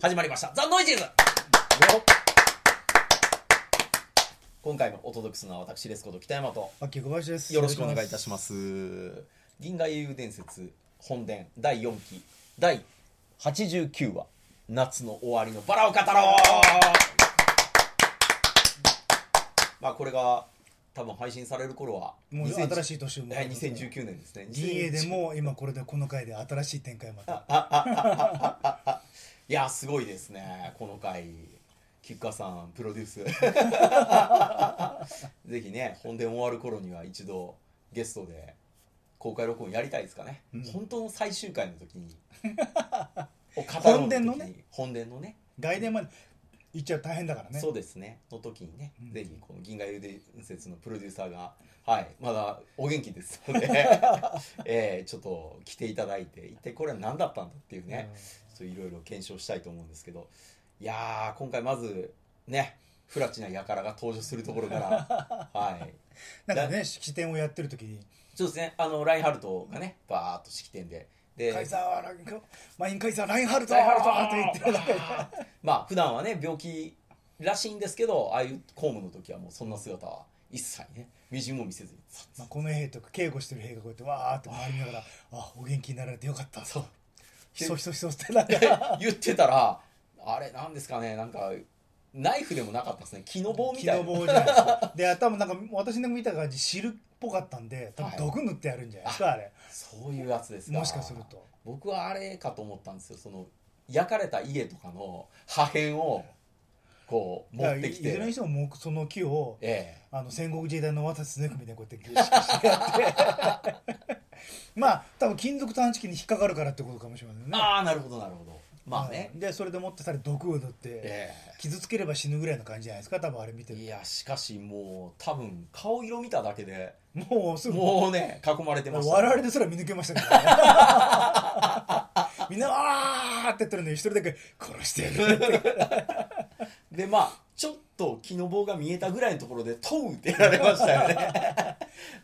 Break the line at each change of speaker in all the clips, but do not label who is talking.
始まりました「ザ・ノイジーズ」今回もお届けするのは私レスコード北山と
あ、小林です。
よろしくお願いいた
し
します銀河英雄伝説本伝第4期第89話「夏の終わりのバラを語ろう」まあこれが多分配信される頃は
もう
2010
新しい年を迎え
はい
ますね
2019年ですね
ます。DA でも今これでこの回で新しい展開また。
いやすごいですねこの回菊川さんプロデュ ースぜひね本殿終わる頃には一度ゲストで公開録音やりたいですかね、本当の最終回の時 にを語ろう
本殿のね
時に本殿のね
外伝まで行っちゃう大変だからね。
そうですねの時にね、
ん
ぜひこの銀河遊伝説のプロデューサーがはいまだお元気ですの で、えーちょっと来ていただいて一体これは何だったんだっていうね、そういろいろ検証したいと思うんですけどいやー今回まずねフラチな輩が登場するとこ ろからはい
なんかね、式典をやってる時に、
そうですねあのラインハルトがねバーっと式典でで
カイザーはラインカ、マインカイザーラインハルト
ラインハルト
ーって言ってるだけで。
まあ普段はね病気らしいんですけどああいう公務の時はもうそんな姿は一切ねみじんも見せずにさ
まあこの兵とか警護してる兵がこうやってわーって回りながら、あ、お元気になられてよかった。そう。ひそひそひそってなんか。
言ってたらあれなんですかねなんかナイフでもなかったですね木の棒み
木
たい
の
な
棒じゃないですか。で、頭なんか私の見た感じ汁っぽかったんで、多分毒塗ってやるんじゃないですか、あれ。
そういうやつですか
もしかすると
僕はあれかと思ったんですよその焼かれた家とかの破片をこう持ってき
だからい
て
いずれにしてももうその木を
ええ
あの戦国時代の渡すねみたいなこうやって儀式してやって まあ多分金属探知機に引っかかるからってことかもしれませんね
ああなるほどなるほどまあね
うんでそれでもってされ毒を塗って、
え
傷つければ死ぬぐらいの感じじゃないですか多分あれ見
え
て
い
る
やしかしもう多分顔色見ただけで
もうすぐ
もうね囲まれてましたね、
我々ですら見抜けましたけどね みんなあーって言ってるのに一人だけ殺してやるって
でまあちょっと木の棒が見えたぐらいのところで「トウ!」ってやられましたよ ね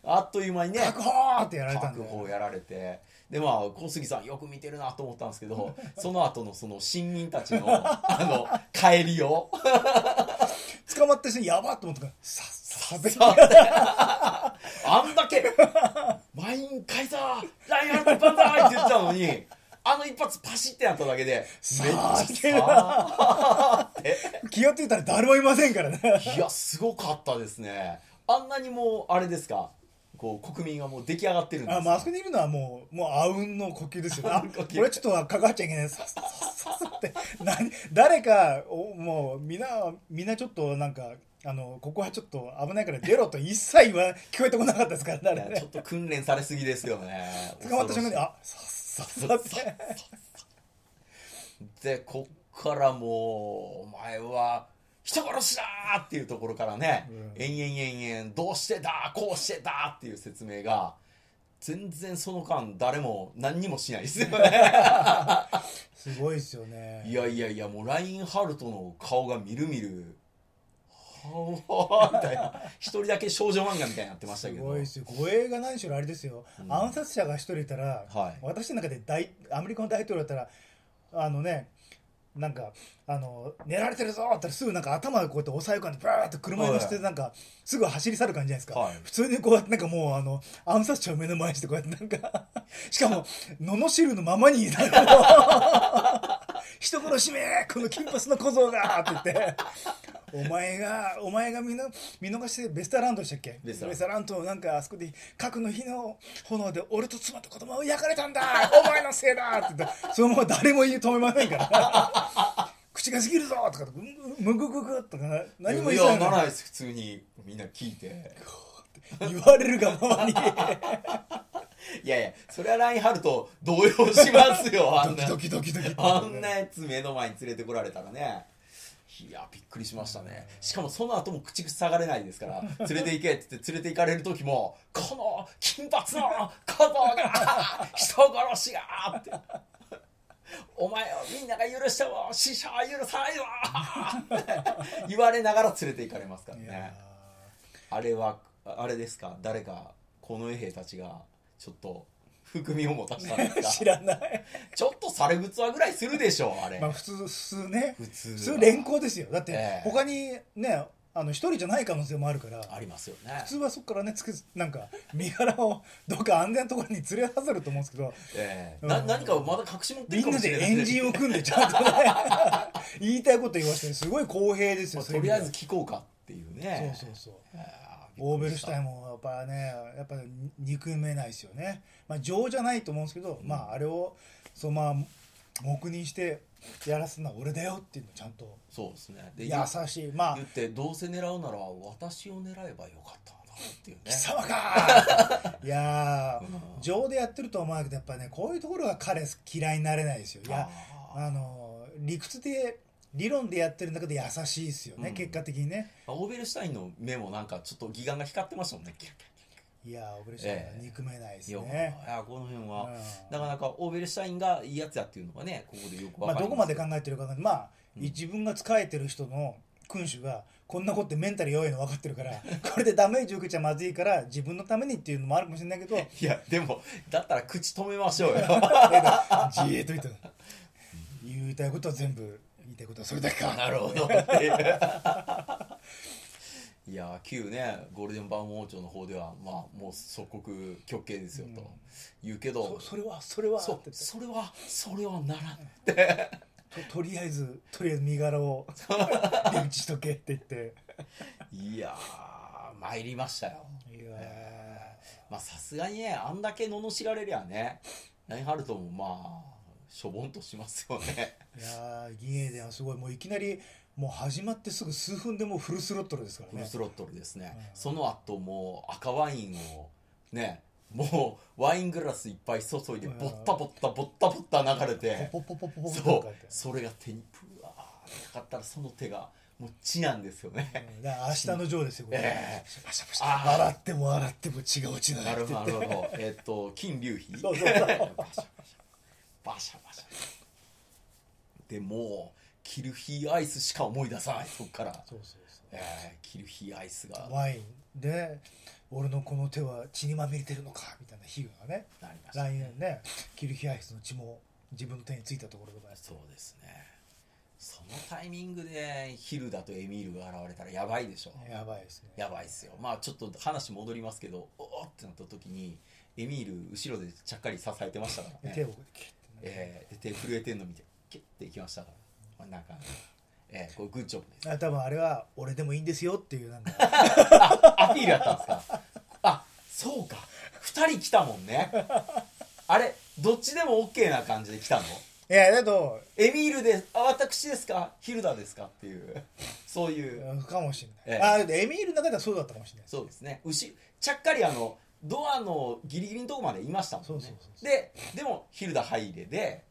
あっという間にね
確保ってやられたん
確
で
保をやられてでまあ小杉さんよく見てるなと思ったんですけ どその後のその新民たちのあの帰りを
捕まった人やばっと思ったからささべ
そうあんだけ「マインカイザーラインハルトバンザーイ!」って言ってたのにあの一発パシってなっただけで
さ
めっちゃ
あ
さ
気がついたら誰もいませんからね
いやすごかったですねあんなにもうあれですかこう国民がもう出来上がってるんです
あ
よ
まああそこにいるのはもうもうあうんの呼 吸ですよねあ
あうん呼吸
これちょっとはかかっちゃいけないささささって何誰かおもうみんなみんなちょっとなんかあのここはちょっと危ないから出ろと一切は聞こえてこなかったですからねあれ
いやちょ
ね
っと訓練されすぎですよね
捕まった瞬間に
恐
あさささって
ろしいでこっからもうお前は人殺しだーっていうところからね、
うん
延々延々どうしてだこうしてだっていう説明が全然その間誰も何にもしないですよね
すごいですよね
いやいやいやもうラインハルトの顔がみるみ るはあはあみたいな一人だけ少女漫画みたいになってました
す
けど
ごいですよ護衛が何しろあれですよ、
うん
暗殺者が一人いたら、
はい
私の中で大アメリカの大統領だったらあのねなんかあの「狙われてるぞ!」って言ったらすぐなんか頭をこうやって押さえ込んでバーッと車に乗せて
はい
なんかすぐ走り去る感じじゃないですか、
はい
普通にこうやってなんかもうあの暗殺者を目の前にしてこうやってな んかしかも罵るの ままになんか人殺しめこの金髪の小僧が!」って言って。お前が、お前が見の見逃してベスタランドでしたっけ
ベ
ベ
ス
ス
タランド
タランドをなんかあそこで核の火の炎で俺と妻と子供を焼かれたんだお前のせいだって言ったらそのまま誰も言い止めませんから。 口が過ぎるぞとか、むぐぐぐとか何も言
い
わな
や
い
なら
のに
ないです普通にみんな聞いて
言われるがままに
いやいや、それはラインハルト動揺しますよ、あんな。
ドキドキドキドキって。
あんなやつ目の前に連れてこられたらね。いや、びっくりしましたね。しかもその後も口塞がれないですから、 連れて行けって言って連れて行かれる時も、この金髪の小僧が、 人殺しがって。お前をみんなが許しても師匠は許さないぞって言われ ながら連れて行かれますから
い
ね
や。
あれはあれですか誰かこの衛兵たちがちょっと含みを持たせたんです
知
から
ない。
ちょっと猿靴はぐらいするでしょうあれ、
まあ普通、普通ね。
普通は
普通連行ですよ。だって
ええ
他にね、あの一人じゃない可能性もあるから。
ありますよね
普通はそこからねつくなんか身柄をどっか安全なところに連れ外ると思うんですけど
ええ
うん
な何かをまだ隠し持って
み
るか
ん
も
な
しれ
で
ない
エンジンを組んでちゃんとね 言いたいこと言わせてすごい公平です
ま
よ
あ
そ
と
ういう意味
り
で
あ
は
えず聞こうかっていうね
そうそうそう
あーびっくりした
オーベルシュタインもやっぱねやっぱ憎めないですよね、まあ、情じゃないと思うんですけど、
うん
まああれをそのまあ黙認してやらすのは俺だよっていうのをちゃんと
そうですねで
優
言
しいまあ
言ってどうせ狙うなら私を狙えばよかったなっていうね
「貴様 か!」いや
う
ー
ん
情でやってるとは思わないけどやっぱねこういうところが彼嫌いになれないですよいや
あー
あの理屈で理論でやってるんだけど優しいですよね、
うん
結果的にね
まあオーベルシュタインの目もなんかちょっと義眼が光ってましたもんねキラキラ
いやーオブレションは憎めないです
いや、
ね、
いやこの辺は、
うん
なかなかオーベルシュタインがいいやつやっていうのがねここでよくわ
まあ、
かり
どこ
ま
ます
け
で
ど
考えてるかわかんないまあ、
うん
自分が仕えてる人の君主がこんなことってメンタル弱いの分かってるからこれでダメージ受けちゃまずいから自分のためにっていうのもあるかもしれないけど
いやでもだったら口止めましょうよ
じーっと言った言いたいことは全部言いたいことはそれだけか
なるほどっていう いや旧ねゴールデンバン王朝の方ではまあもう即刻極刑ですよと、
うん
言うけど
そそれはそれは
そう
って言って
それはそれはならない
ととりあえずとりあえず身柄を留置しとけって言って
いやー参りましたよ
いや
まあさすがにねあんだけ罵られりゃね何ハルトもまあしょぼんとしますよ ね
ーいやー銀英伝はすごいもういきなりもう始まってすぐ数分でもうフルスロットルですから
フル
ね
スロットルですね、
うん
その後もう赤ワインをねもうワイングラスいっぱい注いで
うん
ボッタボッタボッタボッタ流れて
ポポポポポポポ
そ
とか
う
って
それが手にプワーってかかったらその手がもう血なんですよね
うんだから明日のジョーですよ、これ
ええ
シャバシャバシャバ
あー
洗っても洗っても血が落ちない
なるほどなるほどえっと金龍飛
そうそう そう
バシャバシャバシャバシャでもうキルヒーアイスしか思い出さないそこから、
そうそうそ
えーキルヒーアイスが
うワインで俺のこの手は血にまみれてるのかみたいな比喩がね
なりました
来年ねキルヒアイスの血も自分の手についたところとか
そうですねそのタイミングでヒルダとエミールが現れたらやばいでしょ、
やばいですね
やばいっすよまあちょっと話戻りますけどおおってなった時にエミール後ろでちゃっかり支えてましたから
で
ね
手をキュッてね、
えー、で手震えてんの見てキュッていきましたから、まあ、なんか、えー、これグッジョブ です
あ多分あれは俺でもいいんですよっていうなんか
アピールやったんですかあそうか2人来たもんねあれどっちでも OK な感じで来たの
いやだと
エミールで「あ私ですかヒルダですか?」っていうそういう
うんかもしれ
ええ
ない、あだってエミールの中ではそうだったかもしれない
そうですね牛ちゃっかりあのドアのギリギリのとこまでいましたもんね
そうそうそうそ
ででもヒルダ入れで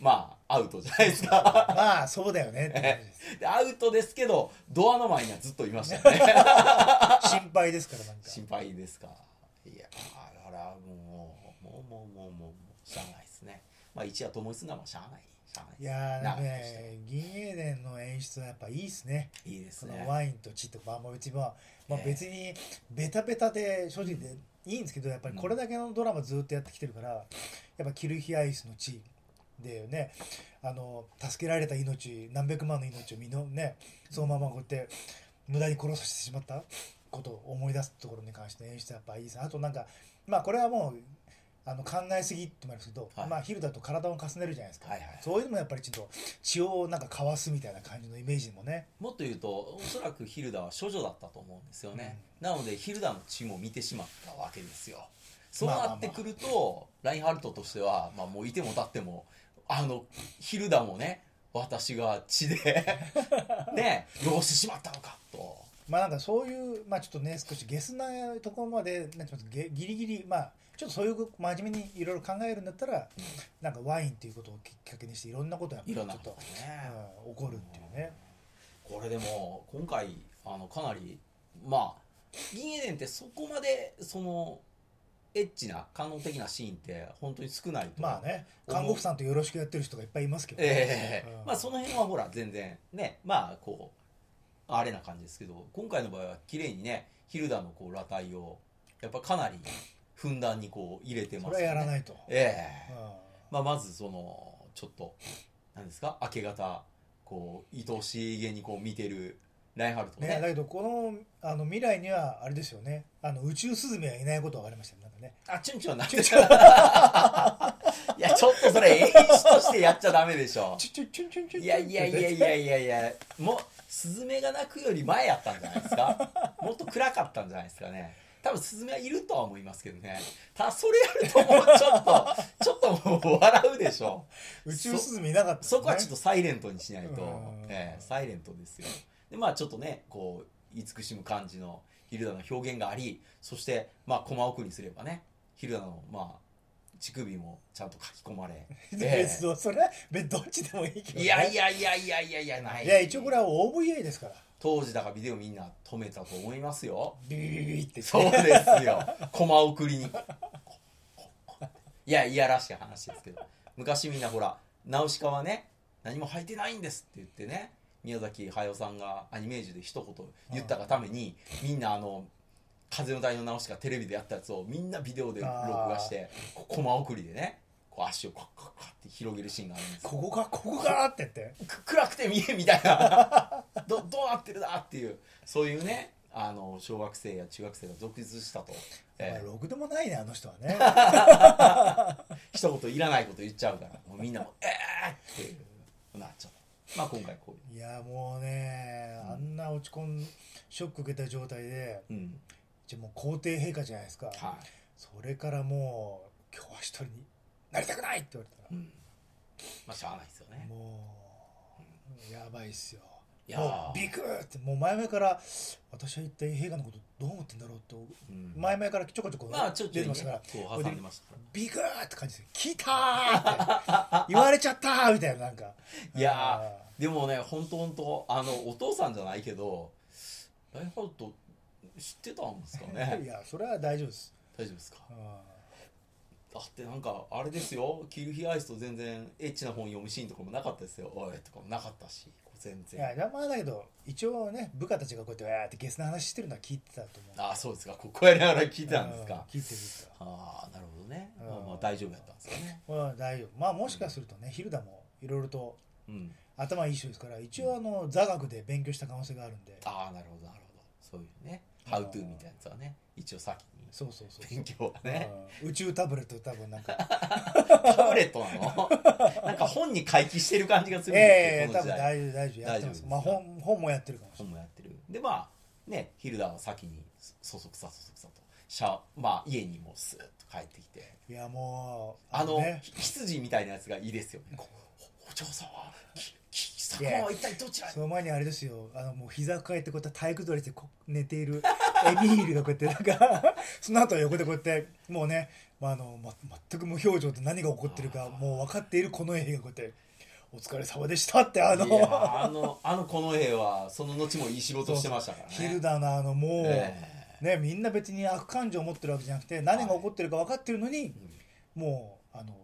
ま あアウトじゃない ですか
まあそうだよねって感じです
でアウトですけどドアの前にはずっといましたよ ね
心配ですか らなんか
心配ですかいやあらもうもうもうもうもうもうしゃあないですねまあ一夜ともにすんなもんしゃあないしゃあない
いやーなんか
なあどうして
ね銀英伝の演出はやっぱいいですね
いいです
そ
ね
のワインと血とか、まあ、別にまあ、まあ
ええ
別にベタベタで正直でいいんですけどやっぱりこれだけのドラマずっとやってきてるからやっぱキルヒアイスの血でねあの助けられた命何百万の命を身のねそのままこうやって無駄に殺させてしまったことを思い出すところに関しての演出はやっぱいいですあとなんかまあこれはもうあの考えすぎってもあるんですけど、
はい
まあヒルだと体を重ねるじゃないですか、
はいはい
そういうのもやっぱりちょっと血をなんかかわすみたいな感じのイメージもね
もっと言うとおそらくヒルダは処女だったと思うんですよね、なのでヒルダの血も見てしまったわけですよそう
まあまあ
な
まあ
ってくると、ラインハルトとしては、まあ、もういても立ってもあのヒルダもね私が血 でね汚してしまったのかと
まあなんかそういう、まあちょっとね、少しゲスなところまで、なんて言いますげギリギリ、まあちょっとそういう真面目にいろいろ考えるんだったら、なんかワインっていうことをきっかけにして、いろんなことがや
い
っぱ
ろ
り
ん
ち
な
ょっ
こと
と
が、ね、
うん起こるっていうね。
これでも今回あのかなりまあ銀エデンってそこまでそのエッチな感動的なシーンって本当に少ないと
まあね、看護婦さんとよろしくやってる人がいっぱいいますけどね、
ええ
うん
まあその辺はほら全然ねまあこうあれな感じですけど今回の場合は綺麗にねヒルダのこう裸体をやっぱかなりふんだんにこう入れて
そ
ます
れはやらないいと、
ええ
う
まあ、まずそのちょっと何ですか明け方こう愛しげにこう見てるラインハルト
んねだけどこのあの未来にはあれですよねあの宇宙スズメはいないこと分かりましたねなんかね
あ、チュンチュンはなんでしょう いや、ちょっとそれ演出としてやっちゃダメでしょ。
チュチュチュンチュンチュン
いやいやいやいやいやいや、もう、スズメが鳴くより前やったんじゃないです か。もっと暗かったんじゃないですかね。多分スズメはいるとは思いますけどね。ただそれやるともうちょっ と、ちょっともう笑うでしょ。
宇宙スズメいなかった、ね、
そこは ちょっ
と
とサイレントにしないと
うん、。
ええサイレントですよ。で、まあちょっとね、こう、慈しむ感じのヒルダの表現があり、そして、まあ、コマ送りすればね、ヒルダの、まあ、乳首もちゃんと書き込まれええ
それは別にどっちでもいいけど、ね、
いやいやいやいやいやいや、ない。
いや一応これは OVA ですから
当時だからビデオみんな止めたと思いますよ。
ビビビビって
そうですよ。コマ送りに。いや、いやらしい話ですけど。昔みんなほら、ナウシカはね、何も履いてないんですって言ってね、宮崎駿さんがアニメージュで一言言ったがために、みんなあの、風の台のナウシカテレビでやったやつをみんなビデオで録画して、こうコマ送りでね、こう足をカッカッカッって広げるシーンがあるんですよ
ここかここかって言って
く暗くて見えみたいな どどうなってるだっていうそういうねあの小学生や中学生が続出したと、
まあ
え
ろくでもないねあの人は ね
ー一言いらないこと言っちゃうからもうみんなも「 ええー!」ってなっちゃったまあ今回こ
いやもうねあんな落ち込んショック受けた状態で
ういう、うん
じゃあもう皇帝陛下じゃないですか、
は
それからもう今日は一人になりたくないって言われた
い、う
ら、
ん、まあしゃあないですよね
もうやばいっすよ
いやー
もうビクーってもう前々から私は一体陛下のことどう思ってんだろうと
うん
前々からちょこちょこ
まあちょっと
出
ね
てましたから、
こう挟んでましたから
ビクーって感じで「来た!」って言われちゃったーみたいななんか
いやーでもね本当本当あのお父さんじゃないけどライフハウト知ってたんですか
あーい
ね
やそれは大丈夫です
大丈夫です か
あ
だってなんかあれですよキルヒアイスと全然エッチな本読むシーンとかもなかったですよおいとかもなかったしこう全
ーい
然
やまあだけど一応ね部下たちがこうやってわーってゲスな話してるのは聞いてたと思う
ああそうですかここやりながら聞いてたんです
う
か
聞いてる聞いてた
ああなるほどね
うん
まあまあ大丈夫やったんですかね
まあ大丈夫まあもしかするとね昼だもいろいろと
うん
頭いい人ですから一応あの座学で勉強した可能性があるんで
ああなるほどなるほどそういうねハウトゥーみたいなやつはね一応先に
そうそうそう
勉強は ね
うん宇宙タブレット多分な んか
タブレットなの なんか本に回帰してる感じがするん
え
です
え
けどこ
多分
の時代
大丈夫大丈夫やってます
大丈夫ですか
まあ本本もやってるかもしれ
本もやってるでまあねヒルダは先にそそくさそそくさとシャまあ家にもうスーッと帰ってきて
ないいやもう
あの、
ね
ひ羊みたいなやつがいいですよね。こうおお嬢様、き、き、貴様は一体どちら
その前にあれですよあのもう膝抱えてこうやって体育座りしてこ寝て いるエミールがこうやってなんか その後は横でこうやってもうね、まあ、あのま全く無表情で何が起こってるかもう分かっているこの映画こうやって「お疲れ様でした」ってあの
いやあの、あのこの絵は、その後もいい仕事してましたからね。
ヒルダのあのもう、
え
ねみんな別に悪感情を持ってるわけじゃなくて何が起こってるか分かってるのに、もうあの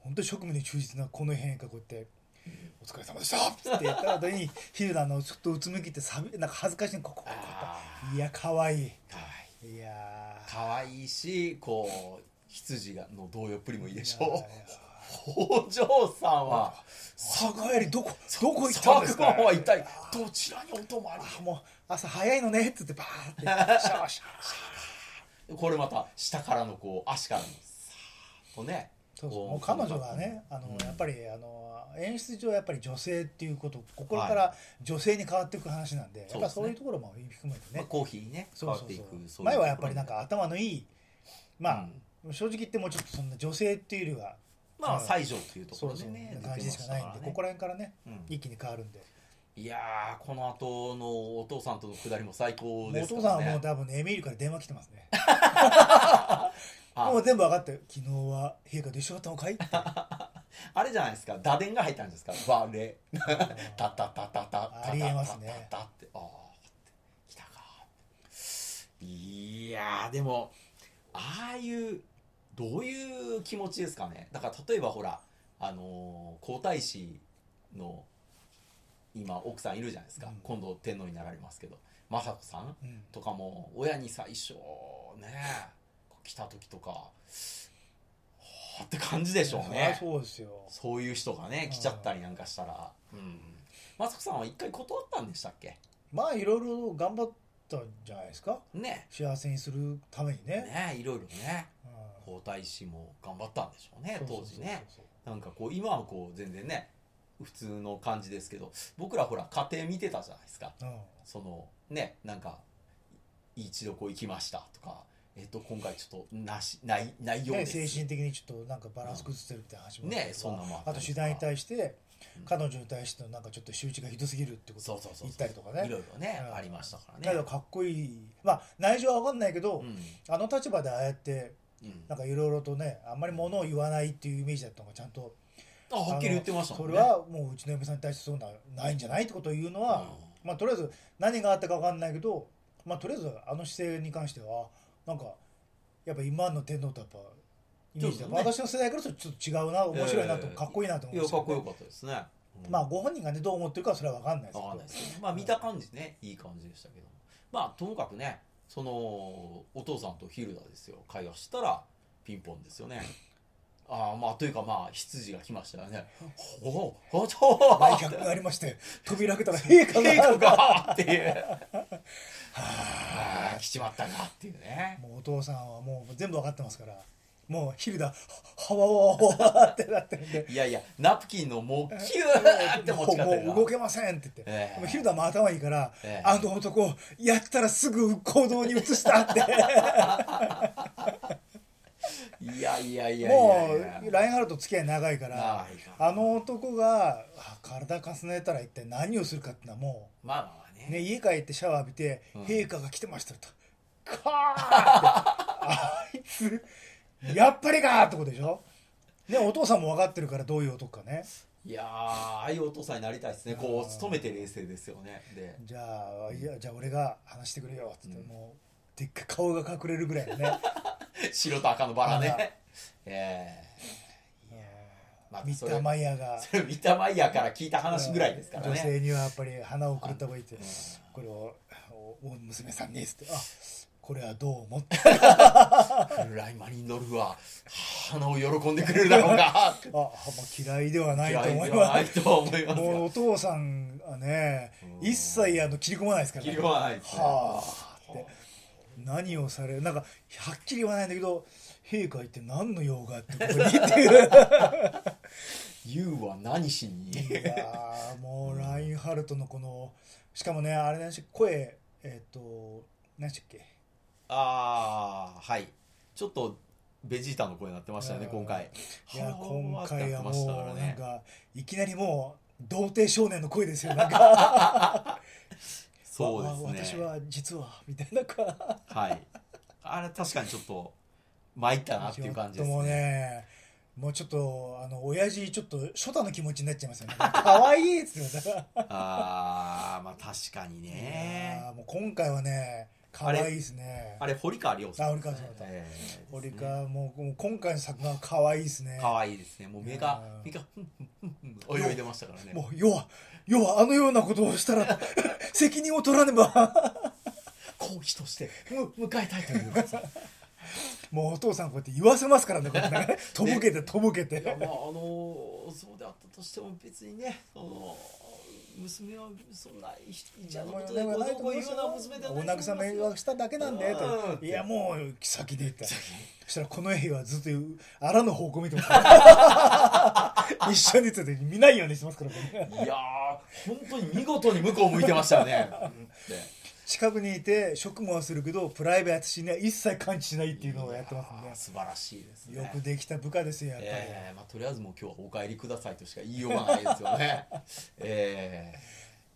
本当に職務に忠実なこの辺がこうやって「お疲れ様でした」って言った後にヒルダのちょっとうつむきってさびなんか恥ずかしいここここ
あ
いや可愛い
かわい
いや
い。かわいいし、こう、羊が、の動揺っぷりもいい
ー
でし
いや
ょ
いや
お嬢さんは、
さがえりどこどこ行ったんで
佐久
すか
間は一体、どちらにお泊まり
あもう朝早いのねっつってバーってシャワシャワ
これまた、下からのこう、足からの、さーっとね。
そうそう
こ
もう彼女がねあの、
うん
やっぱりあの演出上やっぱり女性っていうこと心か
は
ら女性に変わっていく話なんで、や
そう
っ
で
ぱ
すね
そういうところも含めて
まあ
ね、
コーヒーにね、変
そう
わ
そ
っ
う
てい
そう
く。そういう
前はやっぱりなん
とこ
か頭のいいまあ
う、
正直言ってもうちょっとそんな女性っていうよりは
ろに、まあ、
うん
西条というとこ
そ
ろ
う
で
そう、
ね、
感じしかないんで、ここら辺からね、
うん
一気に変わるんで
いやー、この後のお父さんとのくだりも最高
もう
で
お
すか
父さん
ら
はもう
ね。
多分ねエミールから電話来てますね
あ
もう全部分かって昨日は陛下と一緒だったのかいって
あれじゃないですか、打電が入ったんですか、バレ。たたたたた。
ありえますね
たたたたって、ああ、来たか。いやー、でも、ああいう、どういう気持ちですかね。だから、例えばほら、あのー皇太子の、今、奥さんいるじゃないですか。
うん
今度、天皇になられますけど、雅子さん
うん
とかも親に最初ね来た時とかはあって感じでしょうね
そうですよ
そういう人がね来ちゃったりなんかしたらうんマツコさんは一回断ったんでしたっけ
まあいろいろ頑張ったんじゃないですか
ね
幸せにするためにね
ねいろいろね
うん
皇太子も頑張ったんでしょうね
そうそう
当
そうそう
時ねなんかこう今はこう全然ね普通の感じですけど僕らほら家庭見てたじゃないですか
うん
そのねなんかい一度こう行きましたとかえっと今回ちょっとなしない内容
ね、
で
精
す
神的にちょっとなんかバランス崩してるって話もあったり
ね
とか
そんなもん
あと主題に対して
うん
彼女に対してのなんかちょっと仕打ちがひどすぎるってこと
そうそうそうそう
言ったりとかね
いろいろね、
うん
ありましたからね
だけどかっこいいまあ内情は分かんないけど、
うん
あの立場でああやって
うん
なんかいろいろとねあんまり物を言わないっていうイメージだったのがちゃんと
あはっきり言ってましたもんね
それはもううちの嫁さんに対してそうなないんじゃないってことを言うのは、まあとりあえず何があったか分かんないけどまあとりあえずあの姿勢に関してはなんかやっぱ今の天皇とやっぱイメージだ、
そうですね
私の世代からするとちょっと違うな面白いなと、
ええ
かっこいいなと
うんい
思
や
う
かっ
んですよ
こよかったですね、うん
まあご本人がねどう思ってるかはそれは分かんないですけ
わかんな
ど
いですけどまあ見た感じねいい感じでしたけどまあともかくねそのお父さんとヒルダですよ会話したらピンポンですよねああまあというかまあ羊が来ましたよねほうほうほう
来客があり まして扉開けたら陛下
陛
が
下がっていうああ来ちまったかっていうね
もうお父さんはもう全部分かってますからもう昼だはわわわわってなってる んで
いやいやナプキンのもうキューって持ち方が
もう動けませんって言って、
ええ
でもヒルダも頭いいから、
ええ
あの男やったらすぐ行動に移したって
いやいやいやい
も
やいや
うラインハルト付き合い長いから
長いから
あの男があ体かすねたら一体何をするかってのはも
まあまあ
う、ね、家帰ってシャワー浴びて、
うん
陛下が来てましたとカーってあいつやっぱりかーってことでしょね、お父さんも分かってるからどういう男かね
いやーああいうお父さんになりたいですねこう
あー
勤めて冷静ですよねで
じゃあいやじゃあ俺が話してくれよっつって、
うん
もうでっかい顔が隠れるぐらい のね
白と赤のバラ
バラ
ねえ
いや
えまあ
ミ
そ
ッ
れ
ターマイヤーが
それミッターマイヤーから聞いた話ぐらいですから
女
ね
性にはやっぱり花をくれた方がいいって
うん
これをおお娘さんにっつってあこれはどう思って
フライマリンドルフは花を喜んでくれるだろうか
あ、まあ、嫌いでは ないと
嫌い
思い
ではな
ま
いと思いますす
もう
よ
お父さんはね
うん
一切あの切り込まないですから
切
ね
りはないですね
はあって何をされるなんかはっきり言わないんだけど陛下は一体何の用があってここにって いう
ユウは何しに
いやーもうラインハルトのこのしかもねあれなんでしたっけ声えっ、と何でしたっけ
ああはいちょっとベジータの声になってましたよね
うん
今回
いや
はー
今
って
回
なっ
は
てましたから
もうなん
ね
かいきなりもう童貞少年の声ですよなんか
そうですね
わ私は実はみたいなか
はい。あれ確かにちょっと参ったなっていう感じです
ちょっともう
ね。
ねもうちょっとあの親父ちょっと初太の気持ちになっちゃいますよ ね可愛いっすよだ から
ああ、まあ確かに
い
ね。
やーもう今回はね可愛いですね
あれ堀川亮さんですね。
あ堀川さんだった
ええ
俺がもうもう今回の作画は可愛いですね
可愛いですね。もう目が
うん
目がふんふんふんふん泳いでましたからね。
もう要は要はあのようなことをしたら 責任を取らねば
こう人としてむ迎えたいというかさ。
もうお父さんこうやって言わせますからねこ れねとぼけてとぼけて、
いやまああのそうであったとしても別にね、その娘はそんなじゃなことでこうどうこういうような娘では
お
ないと
さ
思い
め
ま
がしただけなんで
うん
といやもう先で 言った
すよ。
そしたらこの絵はずっとあらぬ方向見てますか ら一緒について見ないようにしてますからこれ
いやー本当に見事に向こう向いてましたよ ね。うんって
近くにいて職務はするけどプライベートシーンには一切感知しないっていうのをやってますん
い
で
やー素晴らしいですね
よくできた部下ですよやっぱり、
えーまあ、とりあえずもう今日はお帰りくださいとしか言いようがないですよ ねえ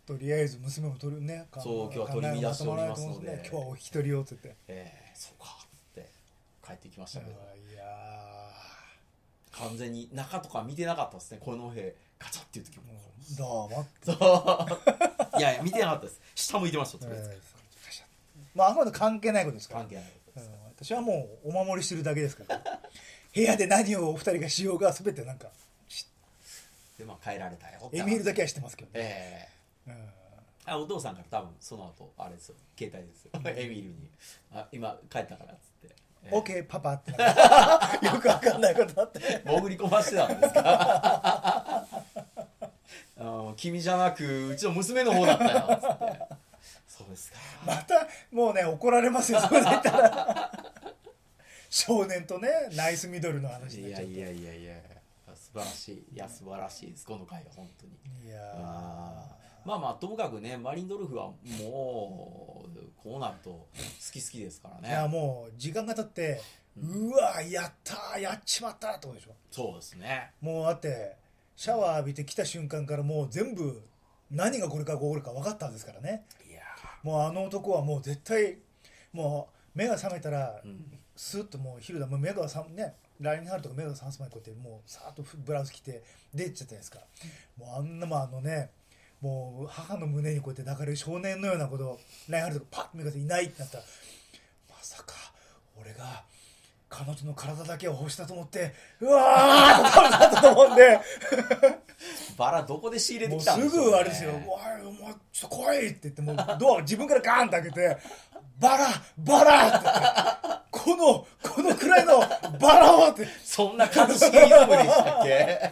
とりあえず娘も取るね
そう
考え
今日は取り乱しておりますので
考えをまとまらないと思うん今日はお引き取りをつって
ー、えーそうかって帰ってきましたけど、
いや
完全に中とか見てなかったですねこの兵ガチャっていう時も、
ーどうも
そう いやいや見てなかったです下向いてましたとりあえず、
まああくまで関係ないことですから
関係ないことで
う
す、
ん私はもうお守りしてるだけですから 部屋で何をお二人がしようが全てなんか
でまあ帰られたよって
エミールだけはしてますけどね、
えー
うん
あお父さんから多分その後あれですよ携帯ですよエミールに「あ今帰ったから」っつって
「オッケーパパ」って よくわかんないことだって
潜り込ましてたんですか あの君じゃなくうちの娘の方だったよつってそうですか
またもうね怒られますよそれで言ったら 少年とねナイスミドルの話に
い
なっち
や
ゃって
いやいやいや素晴らしいいや素晴らしいですこの回は本当に
いや
あーまあまあともかくねマリンドルフはもうこうなると好き好きですから
いや
ね
もう時間が経ってうわやったーやっちまったーってことでしょ
そうですね
もうだってシャワー浴びて来た瞬間からもう全部何がこれから起こるか分かったんですからね
いや
もうあの男はもう絶対もう目が覚めたら
ーうん
スーッともう昼だもう目が覚めねラインハルとか目が覚ます前にこうやってもうさーっとブラウス着て出てっちゃったじゃないですかもうあんなもんあのねもう母の胸にこうやって抱かれる少年のようなことをラインハルとかパッと目が覚めていないってなったらまさか俺が彼女の体だけを欲したと思ってうわーっと食べたと思うんで
バラどこで仕入れ
も
て
う
き
す
たんでしょうね
ぐあれですよ、おい、お前、ちょっと来いって言って、もうドア自分からガーンって開けて、バラ、バラって言って、この、このくらいのバラはって、
そんな感じリズムでしたっ け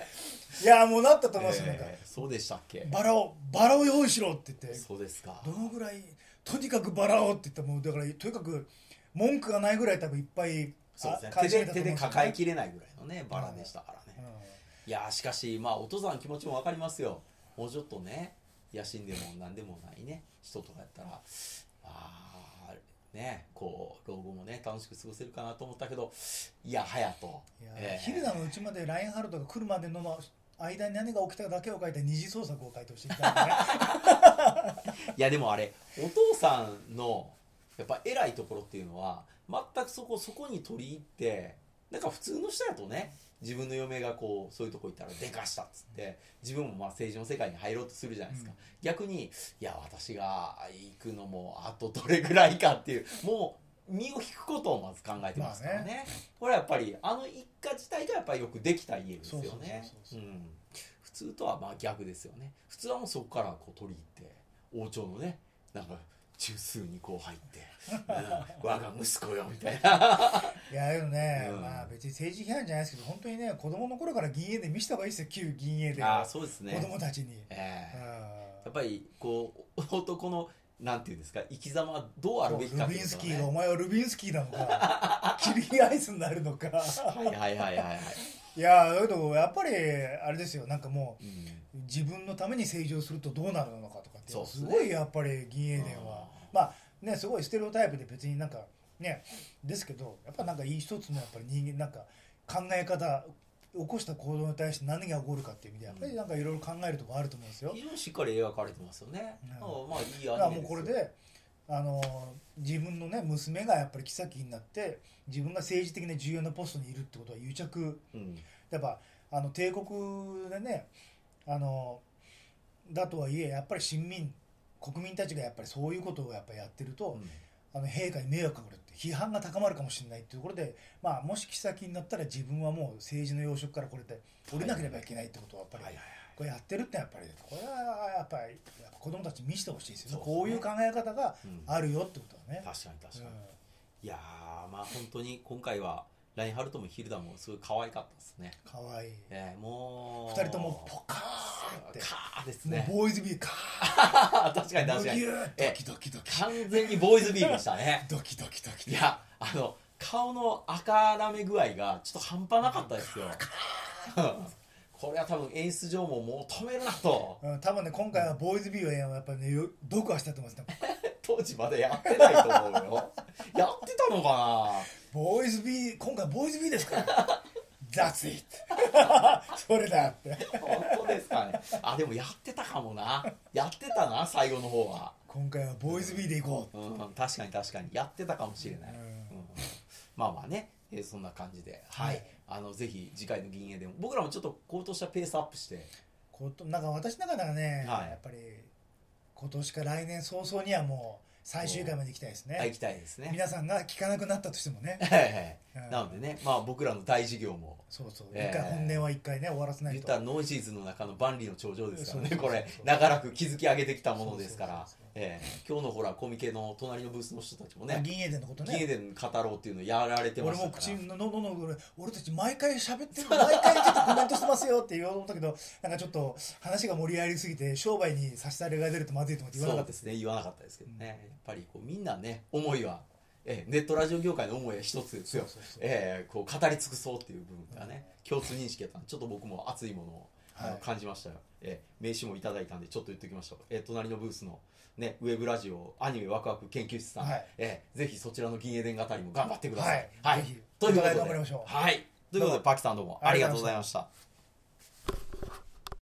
いや、もうなったと思いますよ、なんか、
えーそうでしたっけ
バラを、バラを用意しろって言って、
そうですか
どのぐらい、とにかくバラをって言ったら、もうだから、とにかく文句がないぐらい、多分いっぱい、
そうですね
あ
手で
買い占めたと
手
思
で
うんすよね
抱えきれないぐらいのねバラでしたからね、いやーしかしまあお父さんの気持ちも分かりますよもうちょっとね野心でも何でもないね人とかやったらまあねこう老後もね楽しく過ごせるかなと思ったけどいやはやと
いや
えー
ヒルダのうちまでラインハルトが来るまでの間に何が起きたかだけを書いた二次創作を書いてほしいって言ったんでね
いやでもあれお父さんのやっぱ偉いところっていうのは全くそこそこに取り入ってなんか普通の人だとね自分の嫁がこうそういうとこ行ったらでかしたっつって自分もまあ政治の世界に入ろうとするじゃ ないですか、
うん
逆にいや私が行くのもあとどれぐらいかっていうもう身を引くことをまず考えてますからね,、
まあ
これはやっぱりあの一家自体がやっぱりよくできた家ですよ
そうそう
ね
そう
う
そうん
普通とはまあ逆ですよね普通はもうそこからこう取り入って王朝のねなんか中枢にこう入って「 うん我が息子よ」みたいない
やでもね、
うん
まあ別に政治批判じゃないですけど本当にね子供の頃から銀営で見せた方がいいですよ旧銀営で
ああそうです
子
ね
供たちに、
え
うん
えやっぱりこう男のなんていうんですか生き様はどうあるべきか
ル
って
ビ
い
ン
う
ス
のが
キ
ね
ーがお前はルビンスキーな のかキリンアイスになるのか
はいはいはいはいはい、
いやだけどやっぱりあれですよなんかも
うん
う自分のために政治をするとどうなるのかとかって
そうっ
す,、
すね
ごいやっぱり銀英伝は
うん
まあねすごいステレオタイプで別になんかねですけどやっぱなんか一つのやっぱり人間なんか考え方起こした行動に対して何が起こるかっていう意味でやっぱりなんかいろいろ考えるとこあると思うんですよ。
非常にしっかり描かれてますよね、
うん
ああまあいいアニメですよ
だからもうこれであの自分のね娘がやっぱり妃になって自分が政治的な重要なポストにいるってことは癒着
うん
やっぱあの帝国でねあのだとはいえやっぱり親民国民たちがやっぱりそういうことをやっぱやってると、
うん
あの陛下に迷惑かかるって批判が高まるかもしれないっていうところで、まあ、もし妃になったら自分はもう政治の要職からこれで降りなければいけないってことはやっぱり、
はいはいはい
これやってるってやっぱりこれはやっぱりやっぱ子供たちに見せてほしいですよ
そう
ね
ですね
こういう考え方が
うん
あるよってことはね、
確かに確かに、
うん
いやーまあ本当に今回はラインハルトもヒルダもすごい可愛かったですね、
かわいい
えー、もう
二人ともポカーンって、
カーです
もう
ね
ボーイズビーカ
確かに
ーン
確かに
ギューッドキドキドキ
完全にボーイズビールでしたね
ドキドキドキ
いやあの顔の赤らめ具合がちょっと半端なかったですよ これは多分演出上ももう止めるなと
うん、多分ね今回はボーイズビーはやっぱねよ毒はしたと思いますね
当時まだやってないと思うよ やってたのか
ボーイズビー今回ボーイズビーですから That's it それだって
な本当ですかねあでもやってたかもなやってたな最後の方は
今回はボーイズビーでいこう、
うん、確かに確かにやってたかもしれない、
うん
うんまあまあね、えーそんな感じで、はい
はい
あのぜひ次回の銀営でも僕らもちょっと高騰したペースアップして
ことなんか私の中ではね、
はい
やっぱり今年か来年早々にはもう最終回まで行きたいですね、
いきたいですね。
皆さんが聞かなくなったとしてもね
はいは
う
い
ん
なのでね、まあ、僕らの大事業も
そうそう、
ええ
一回本音は一回ね終わらせないと
言ったらノイジーズの中の万里の頂上ですからね
そうそうそうそう
これ長らく築き上げてきたものですから
そうそうそうそう
ええ今日のほらコミケの隣のブースの人たちも
あ
ね
銀英伝のこと
銀エ
ね
デン語ろうっていうのやられてま
俺
した
も
から
口のののの俺たち毎回喋って る毎回ちょっとコメントしてますよって言おうと思ったけどなんかちょっと話が盛り上がりすぎて商売に差し障りが出るとまずいと思って言わ
そ
な
う
かっ
ですね言わなかったですけどね、やっぱりこうみんなね思いは、ええネットラジオ業界の思いは一つですよ
そうそうそう
ええこう語り尽くそうっていう部分がね、共通認識やったんでちょっと僕も熱いものを、あの
はい
感じましたよ、ええ名刺もいただいたんでちょっと言っておきましょう、ええ隣のブースの、ね、ウェブラジオアニメワクワク研究室さん、
はい
ええぜひそちらの銀英伝語りも頑張ってください
はいぜひ
ということ
お互い
で
頑張りましょう
はいということでパキさんどうもありがとうございました